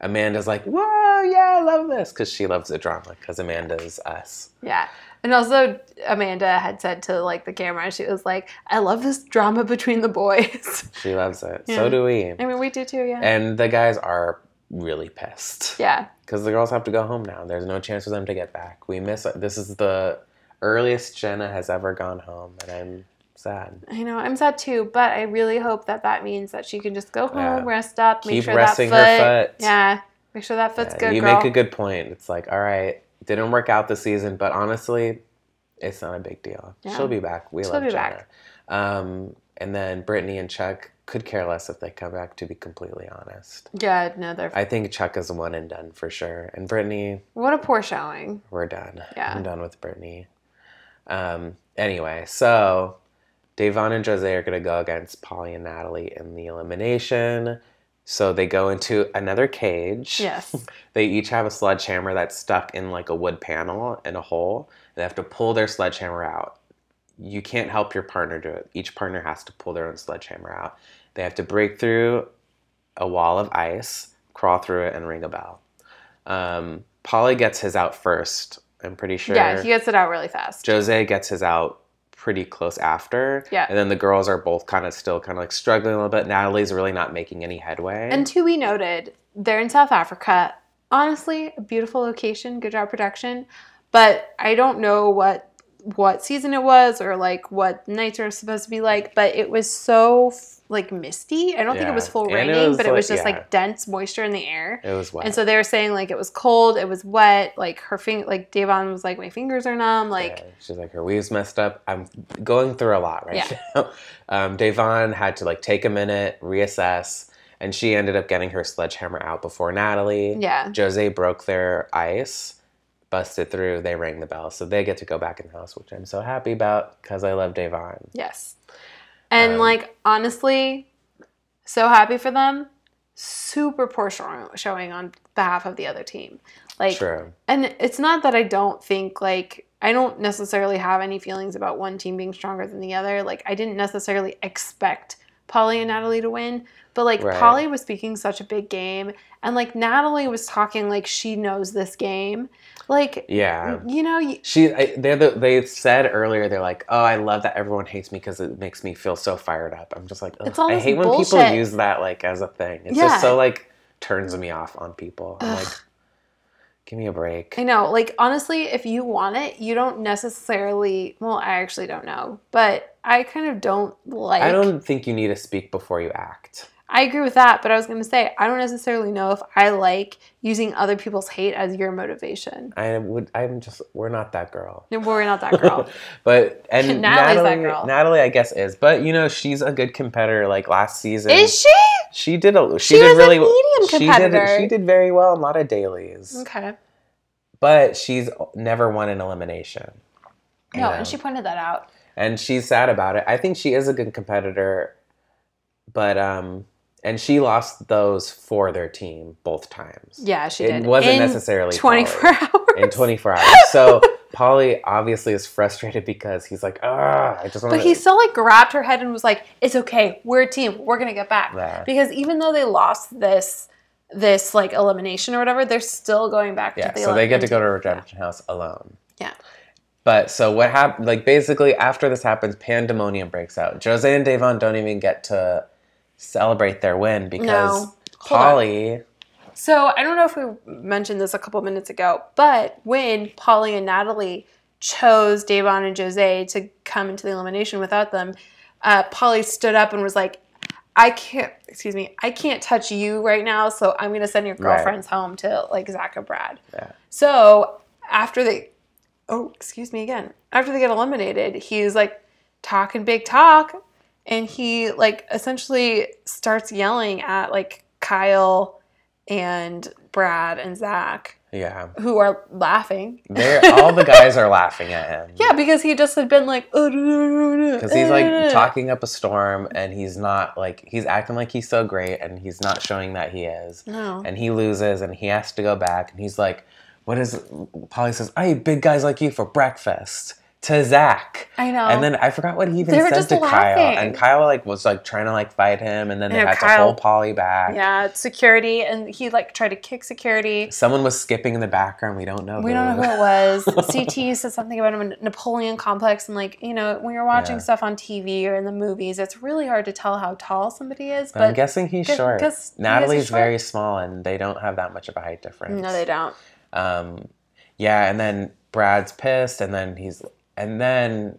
B: Amanda's like, whoa, yeah, I love this. Because she loves the drama, because Amanda's us.
A: Yeah. And also, Amanda had said to like the camera, she was like, "I love this drama between the boys."
B: She loves it.
A: Yeah.
B: So do we.
A: I mean, we do too, yeah.
B: And the guys are really pissed.
A: yeah.
B: because the girls have to go home now. There's no chance for them to get back. We miss this is the earliest Jenna has ever gone home, and I'm sad.
A: I know, I'm sad too, but I really hope that that means that she can just go home,
B: Yeah.
A: rest up, make
B: Keep
A: sure
B: resting
A: that foot,
B: her foot.
A: Yeah, make sure that foot's
B: Yeah,
A: good,
B: you
A: girl.
B: make a good point. It's like, all right, didn't work out this season, but honestly, it's not a big deal.
A: Yeah.
B: She'll be back. We
A: She'll
B: love
A: be
B: Jenna.
A: back.
B: Um, and then Brittany and Chuck could care less if they come back. To be completely honest,
A: yeah, no, they're.
B: I think Chuck is one and done for sure, and Brittany.
A: what a poor showing.
B: we're done.
A: Yeah.
B: I'm done with Brittany. Um, anyway, so Davon and Jose are going to go against Polly and Natalie in the elimination. So they go into another cage.
A: Yes.
B: They each have a sledgehammer that's stuck in like a wood panel in a hole. They have to pull their sledgehammer out. You can't help your partner do it. Each partner has to pull their own sledgehammer out. They have to break through a wall of ice, crawl through it, and ring a bell. Um, Polly gets his out first, I'm pretty sure.
A: Yeah, he gets it out really fast.
B: Jose gets his out pretty close after.
A: Yeah.
B: And then the girls are both kind of still kind of like struggling a little bit. Natalie's really not making any headway.
A: and to be noted, they're in South Africa. Honestly, a beautiful location, good job production, but I don't know what what season it was or like what nights are supposed to be like, but it was so like misty. I don't think it
B: Yeah.
A: was full
B: And it
A: raining,
B: was,
A: but it was
B: like,
A: just
B: yeah.
A: like dense moisture in the air.
B: it was wet.
A: And so they were saying like it was cold, it was wet, like her fing like Davon was like my fingers are numb, like
B: Yeah, she's like her weave's messed up. I'm going through a lot right
A: Yeah.
B: now. Um, Davon had to like take a minute, reassess, and she ended up getting her sledgehammer out before Natalie.
A: yeah.
B: Jose broke their ice, busted through. They rang the bell, so they get to go back in the house, which I'm so happy about because I love Davon.
A: Yes. And
B: Um,
A: like honestly, so happy for them. Super poor show- showing on behalf of the other team. Like,
B: True.
A: and it's not that I don't think like I don't necessarily have any feelings about one team being stronger than the other. Like I didn't necessarily expect Polly and Natalie to win, but like
B: Right.
A: Polly was speaking such a big game, and like Natalie was talking like she knows this game. Like
B: Yeah.
A: you know, y-
B: She, I, they're the, they said earlier, they're like, oh, I love that everyone hates me because it makes me feel so fired up. I'm just like, ugh.
A: It's all
B: I
A: this
B: hate when
A: bullshit.
B: people use that like as a thing. It's
A: Yeah.
B: just so like turns me off on people. I'm
A: Ugh.
B: like, give me a break.
A: I know. Like honestly, if you want it, you don't necessarily. Well, I actually don't know, but I kind of don't like.
B: I don't think you need to speak before you act.
A: I agree with that, but I was going to say I don't necessarily know if I like using other people's hate as your motivation.
B: I would. I'm just. We're not that girl.
A: No, we're not that girl.
B: but and
A: Natalie's that
B: Natalie,
A: girl.
B: Natalie, I guess is. But you know, she's a good competitor. Like last season,
A: Is she?
B: she did a. She,
A: She
B: did
A: was a
B: really
A: medium competitor.
B: She did, she did very well in a lot of dailies.
A: Okay.
B: But she's never won an elimination. you
A: No,
B: know?
A: and she pointed that out.
B: and she's sad about it. I think she is a good competitor, but um, and she lost those for their team both times.
A: Yeah, she
B: it
A: did.
B: wasn't
A: In
B: necessarily Polly.
A: 24 hours.
B: in 24 hours. So Polly obviously is frustrated because he's like, ah, I just want
A: But he still like grabbed her head and was like, "It's okay. We're a team. We're gonna get back."
B: Yeah.
A: Because even though they lost this, this like elimination or whatever, they're still going back
B: yeah.
A: to the.
B: So they get to
A: elimination.
B: go to Redemption House alone.
A: Yeah.
B: But so what happened? Like basically, after this happens, pandemonium breaks out. Jose and Davon don't even get to celebrate their win because
A: Hold
B: Polly.
A: So I don't know if we mentioned this a couple minutes ago, but when Polly and Natalie chose Davon and Jose to come into the elimination without them, uh, Polly stood up and was like, "I can't, excuse me, I can't touch you right now, so I'm gonna send your
B: Right.
A: girlfriends home to like Zach and Brad."
B: Yeah.
A: So after they, oh, excuse me again, after they get eliminated, he's like talking big talk, and he like essentially starts yelling at like Kyle and Brad and Zach,
B: Yeah.
A: who are laughing.
B: They're, all the guys are laughing at him.
A: Yeah, because he just had been like, because
B: Because he's like talking up a storm and he's not like, he's acting like he's so great and he's not showing that he is.
A: No.
B: And he loses and he has to go back and he's like, what is, Polly says, I eat big guys like you for breakfast to Zach.
A: I know.
B: And then I forgot what he even
A: Oh. They were
B: said
A: just
B: to
A: laughing.
B: Kyle. And Kyle like was like trying to like fight him and then they
A: know,
B: had to
A: Kyle-
B: hold Polly back.
A: yeah, security, and he like tried to kick security.
B: Someone was skipping in the background. We don't know.
A: We don't know who it was. CT said something about a Napoleon complex, and like you know, when you're watching
B: Yeah.
A: stuff on TV or in the movies, it's really hard to tell how tall somebody is.
B: But I'm
A: But
B: guessing he's
A: Gu-
B: short.
A: guess he is
B: Natalie's
A: short.
B: very small, and they don't have that much of a height difference.
A: no, they don't.
B: Um, yeah, and then Brad's pissed, and then he's, and then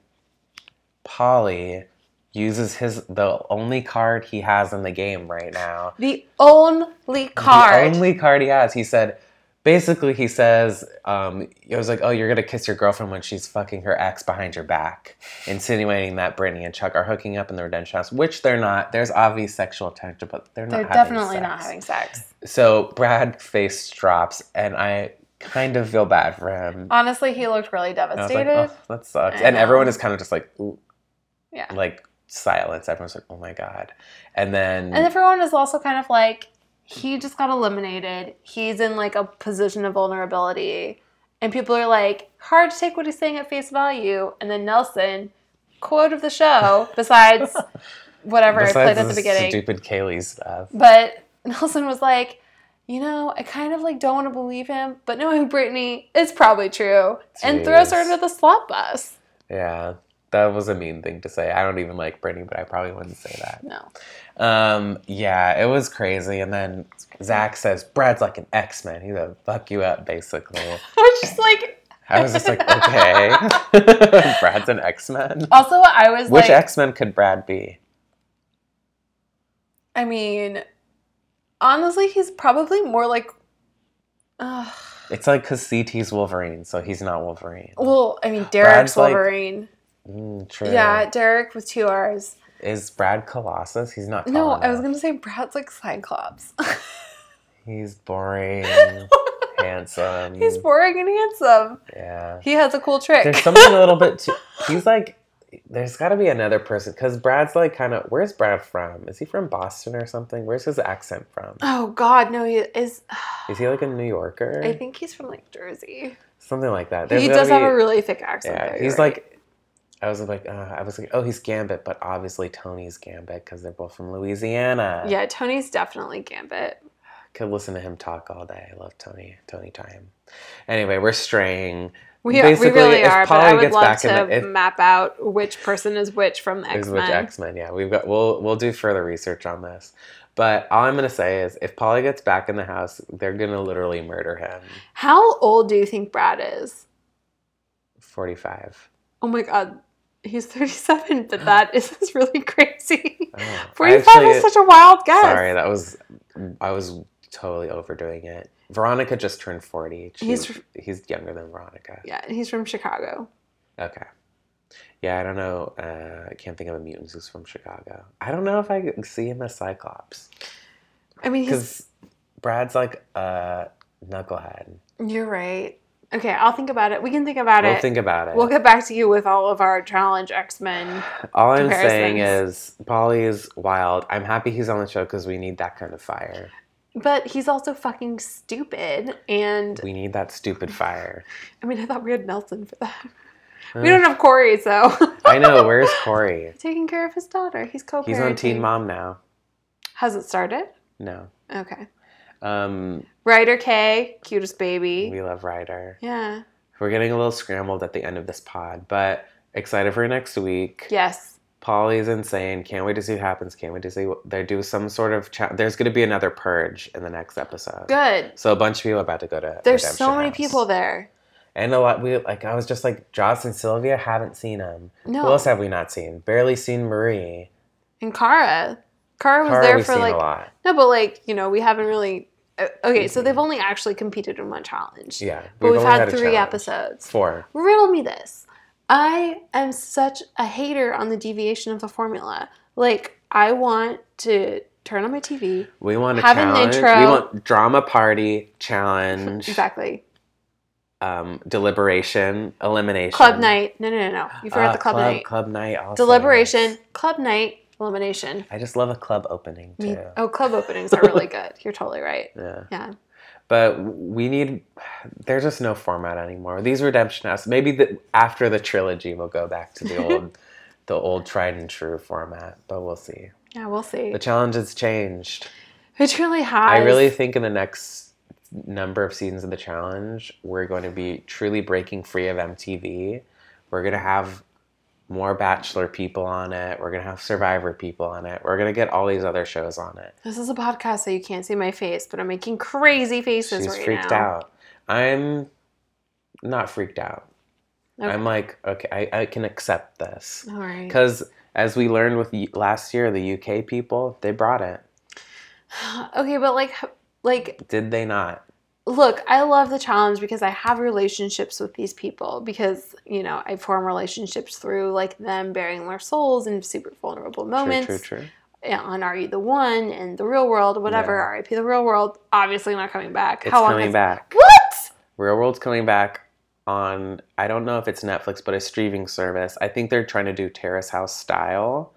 B: Polly uses his the only card he has in the game right now.
A: The only card.
B: The only card he has. He said, basically, he says, um, it was like, oh, you're gonna kiss your girlfriend when she's fucking her ex behind your back, insinuating that Brittany and Chuck are hooking up in the redemption house, which they're not. There's obvious sexual tension, but they're not.
A: They're
B: having
A: definitely not
B: sex.
A: having sex.
B: So Brad face drops, and I kind of feel bad for him.
A: Honestly, he looked really
B: And I was
A: devastated.
B: like, oh, that sucks.
A: I
B: And
A: know.
B: everyone is kind of just like, ooh,
A: yeah.
B: like silence. Everyone's like, oh my god. And then,
A: And everyone is also kind of like, he just got eliminated. He's in like a position of vulnerability. And people are like, hard to take what he's saying at face value. And then Nelson, quote of the show, besides whatever I
B: besides
A: played at the
B: this
A: beginning.
B: stupid Kaylee stuff.
A: But Nelson was like, you know, I kind of like don't want to believe him, but knowing Brittany, it's probably true. And throws her
B: Jeez.
A: into the slot bus.
B: Yeah, that was a mean thing to say. I don't even like Brittany, but I probably wouldn't say that.
A: No.
B: Um, yeah, it was crazy. And then Zach says, Brad's like an X Men. He's gonna fuck you up, basically.
A: I was just like,
B: I was just like, okay, Brad's an X Men.
A: also, I was
B: Which
A: like,
B: X Men could Brad be?
A: I mean, honestly, he's probably more like. Uh,
B: It's like because CT's Wolverine, so he's not Wolverine.
A: well, I mean, Derek's
B: Brad's like-
A: Wolverine.
B: Mm, true.
A: Yeah, Derek with two R's.
B: Is Brad Colossus? He's not.
A: No,
B: tall
A: I was
B: enough.
A: going to say Brad's like Cyclops.
B: Mm. He's boring, handsome.
A: he's boring and handsome.
B: Yeah.
A: He has a cool trick.
B: There's something a little bit too. He's like there's got to be another person because Brad's like kind of. Where's Brad from? Is he from Boston or something? Where's his accent from?
A: Oh God, no, he is.
B: Is he like a New Yorker?
A: I think he's from like Jersey.
B: something like that.
A: he
B: gotta
A: does have
B: be-
A: a really thick accent.
B: Yeah,
A: though,
B: he's
A: you're right.
B: like. I was like, uh, I was like, oh, he's Gambit, but obviously Tony's Gambit because they're both from Louisiana.
A: Yeah, Tony's definitely Gambit.
B: could listen to him talk all day. I love Tony. Tony time. Anyway, we're straying.
A: We, are, we
B: Basically,
A: really
B: if
A: are, but
B: Polly
A: I would
B: gets
A: love
B: back in
A: to
B: the- if-
A: map out which person is which from the X
B: Is with
A: Men.
B: X Men. Yeah, we've got. We'll we'll do further research on this. But all I'm gonna say is, if Polly gets back in the house, they're gonna literally murder him.
A: How old do you think Brad is?
B: Forty-five.
A: Oh my God, he's 37, but that is is really crazy.
B: Oh, I
A: 45 is
B: actually-
A: such a wild guess.
B: Sorry, that was. I was totally overdoing it. Veronica just turned forty. She's
A: He's-
B: he's younger than Veronica.
A: Yeah, and he's from Chicago.
B: Okay. Yeah, I don't know. Uh, I can't think of a mutant who's from Chicago. I don't know if I see him as Cyclops.
A: I mean, he's.
B: Because Brad's like a knucklehead.
A: You're right. Okay, I'll think about it. We can think about
B: We'll
A: it.
B: think about it.
A: We'll get back to you with all of our challenge X Men.
B: All I'm
A: comparisons.
B: saying is, Polly is wild. I'm happy he's on the show because we need that kind of fire.
A: But he's also fucking stupid. And
B: We need that stupid fire.
A: I mean, I thought we had Nelson for that. We don't have Corey, so.
B: I know. Where's Corey?
A: Taking care of his daughter. He's co parenting.
B: He's on Teen Mom now.
A: Has it started?
B: No.
A: Okay.
B: Um,
A: Ryder K, cutest baby.
B: we love Ryder.
A: Yeah.
B: We're getting a little scrambled at the end of this pod, but excited for next week.
A: Yes.
B: Polly's insane. Can't wait to see what happens. Can't wait to see what they do. Some sort of cha- there's going to be another purge in the next episode.
A: Good.
B: So a bunch of people are about to go to.
A: There's
B: Redemption
A: so many
B: House.
A: people there.
B: and a lot. We like. I was just like Joss and Sylvia. Haven't seen them.
A: No.
B: Who else have we not seen? Barely seen Marie.
A: and Kara. Kara was
B: Kara
A: there
B: we've
A: for
B: seen
A: like.
B: a lot.
A: No, but like, you know, we haven't really. uh, Okay, so they've only actually competed in one challenge.
B: Yeah,
A: But we've
B: only
A: had,
B: a
A: three
B: challenge.
A: episodes.
B: Four.
A: Riddle me this. I am such a hater on the deviation of the formula. Like, I want to turn on my TV.
B: We want a
A: Have an
B: challenge.
A: intro.
B: We want drama party challenge.
A: Exactly.
B: Um, deliberation, elimination,
A: Club night. No, no, no, no. You forgot
B: Uh,
A: the club, night.
B: Club night. Also
A: Deliberation. Club night. Elimination.
B: I just love a club opening too.
A: Me- oh, club openings are really good. You're totally right.
B: Yeah.
A: Yeah.
B: But we need. There's just no format anymore. These redemption house. Maybe the, after the trilogy, we'll go back to the old, the old tried and true format. But we'll see.
A: Yeah, we'll see.
B: The challenge has changed.
A: It's really
B: I
A: high.
B: really think in the next number of seasons of the challenge, we're going to be truly breaking free of MTV. We're gonna have more Bachelor people on it. We're gonna have Survivor people on it. We're gonna get all these other shows on it.
A: This is a podcast, so you can't see my face, but I'm making crazy faces
B: She's
A: right
B: freaked
A: now.
B: out. I'm not freaked out.
A: Okay.
B: I'm like, okay, I, I can accept this.
A: All right.
B: Because as we learned with y- last year, the UK people, they brought it.
A: Okay, but like, h- like,
B: Did they not?
A: look, I love the challenge because I have relationships with these people because you know I form relationships through like them bearing their souls in super vulnerable
B: True,
A: moments
B: true, true.
A: yeah, on Are You the One and the Real World, whatever.
B: Yeah.
A: R.I.P. the Real World. Obviously not coming back.
B: It's
A: How long?
B: coming
A: has-
B: back.
A: What?
B: Real World's coming back on, I don't know if it's Netflix, but a streaming service. I think they're trying to do Terrace House style,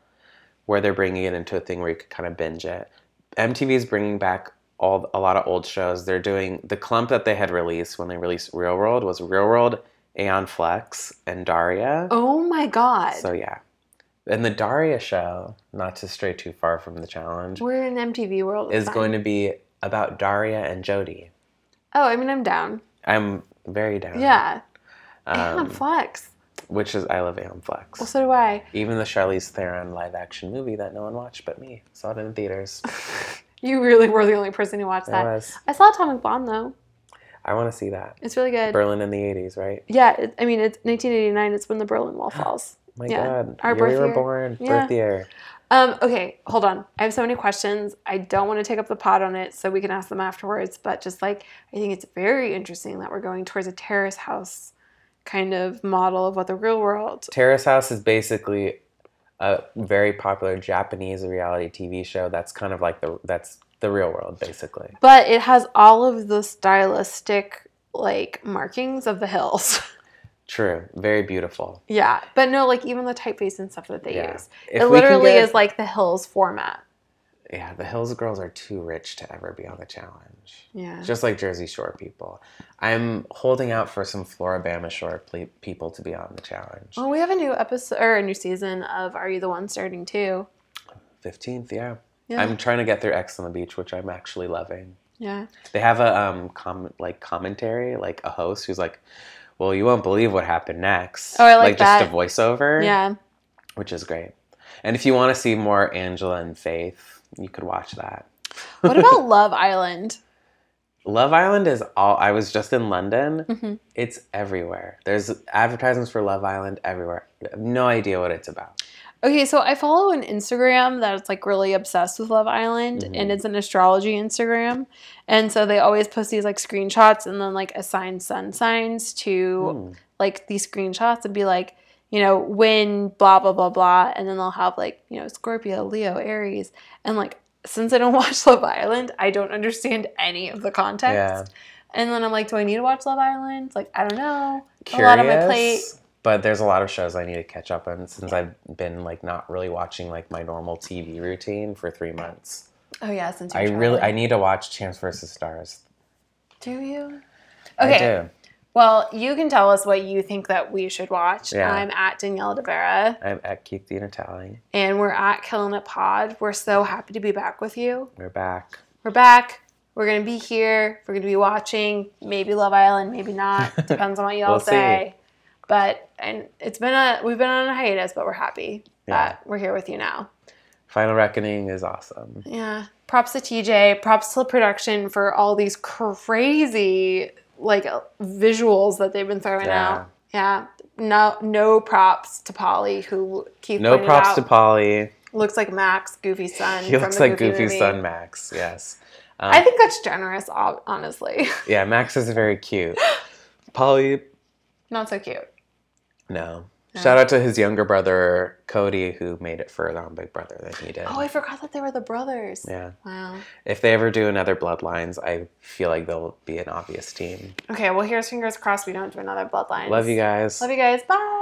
B: where they're bringing it into a thing where you could kind of binge it. MTV is bringing back all a lot of old shows. They're doing the clump that they had released when they released Real World was Real World, Aeon Flex, and Daria.
A: Oh my God.
B: So yeah. And the Daria show, not to stray too far from the challenge,
A: We're in MTV world.
B: is going to be about Daria and Jody.
A: Oh, I mean, I'm down.
B: I'm very down.
A: Yeah. and
B: Um,
A: flex.
B: which is I love Aeon Flex.
A: Well, so do I.
B: Even the Charlize Theron live action movie that no one watched but me saw it in theaters.
A: You really were the only person who watched
B: I
A: that.
B: was.
A: I saw Atomic Blonde though.
B: I want to see that.
A: It's really good.
B: Berlin in the '80s, right?
A: yeah, it, I mean, it's 1989. It's when the Berlin Wall falls.
B: My
A: Yeah.
B: God,
A: Our
B: year we
A: birth
B: were
A: year.
B: born,
A: Yeah.
B: birth year.
A: Um, okay, hold on. I have so many questions. I don't want to take up the pot on it, so we can ask them afterwards. But just like, I think it's very interesting that we're going towards a terrace house kind of model of what the real world.
B: Terrace House is basically a very popular Japanese reality TV show. That's kind of like the that's the real world, basically.
A: But it has all of the stylistic like markings of the hills.
B: True. Very beautiful.
A: Yeah, but no, like even the typeface and stuff that they
B: Yeah.
A: use,
B: If
A: it
B: we can
A: literally
B: get-
A: is like the Hills format.
B: Yeah, the Hills girls are too rich to ever be on the challenge.
A: Yeah,
B: Just like Jersey Shore people. I'm holding out for some Floribama Shore ple- people to be on the challenge.
A: Well, we have a new episode or a new season of Are You the One starting too.
B: 15th, yeah.
A: Yeah.
B: I'm trying to get through X on the Beach, which I'm actually loving.
A: yeah.
B: They have a um com- like commentary, like a host who's like, "Well, you won't believe what happened next."
A: Oh, I like that.
B: just a voiceover,
A: Yeah.
B: which is great. And if you want to see more Angela and Faith, you could watch that.
A: What about Love Island?
B: Love Island is all. I was just in London.
A: Mhm.
B: It's everywhere. There's advertisements for Love Island everywhere. I have no idea what it's about.
A: Okay, so I follow an Instagram that's like really obsessed with Love Island and
B: Mhm.
A: it's an astrology Instagram. And so they always post these like screenshots and then like assign sun signs to
B: Hmm.
A: like these screenshots and be like, you know, when blah blah blah blah, and then they'll have like, you know, Scorpio, Leo, Aries, and like since I don't watch Love Island, I don't understand any of the context. And then I'm like, do I need to watch Love Island? Like, I don't know. A
B: Curious,
A: lot on my plate.
B: but there's a lot of shows I need to catch up on since I've been like not really watching like my normal TV routine for three months.
A: Oh yeah, since you're
B: I really I
A: traveling.
B: need to watch Chance versus Stars.
A: do you?
B: I
A: Okay.
B: do.
A: Well, you can tell us what you think that we should watch.
B: Yeah.
A: I'm at Danielle DeVera
B: I'm at Keep the Italian.
A: and we're at Killing It Pod. We're so happy to be back with you.
B: We're back.
A: we're back. We're gonna be here. We're gonna be watching. Maybe Love Island, maybe not. Depends on what y'all
B: We'll see.
A: say. But and it's been a we've been on a hiatus, but we're happy
B: Yeah.
A: that we're here with you now.
B: Final Reckoning is awesome.
A: Yeah. Props to TJ. Props to production for all these crazy like visuals that they've been throwing
B: Yeah.
A: out. Yeah. No no props to Polly who Keith
B: No
A: pointed
B: props
A: out,
B: to Polly.
A: looks like Max Goofy's son.
B: He
A: from
B: looks
A: the
B: like Goofy
A: movie.
B: Son Max. Yes. Um,
A: I think that's generous, ob- honestly.
B: yeah, Max is very cute. Polly,
A: Not so cute.
B: no.
A: No.
B: Shout out to his younger brother Cody, who made it further on Big Brother than he did.
A: Oh, I forgot that they were the brothers.
B: yeah.
A: Wow.
B: If they ever do another Bloodlines, I feel like they'll be an obvious team.
A: Okay, well, here's fingers crossed we don't do another Bloodlines.
B: Love you guys.
A: Love you guys. Bye.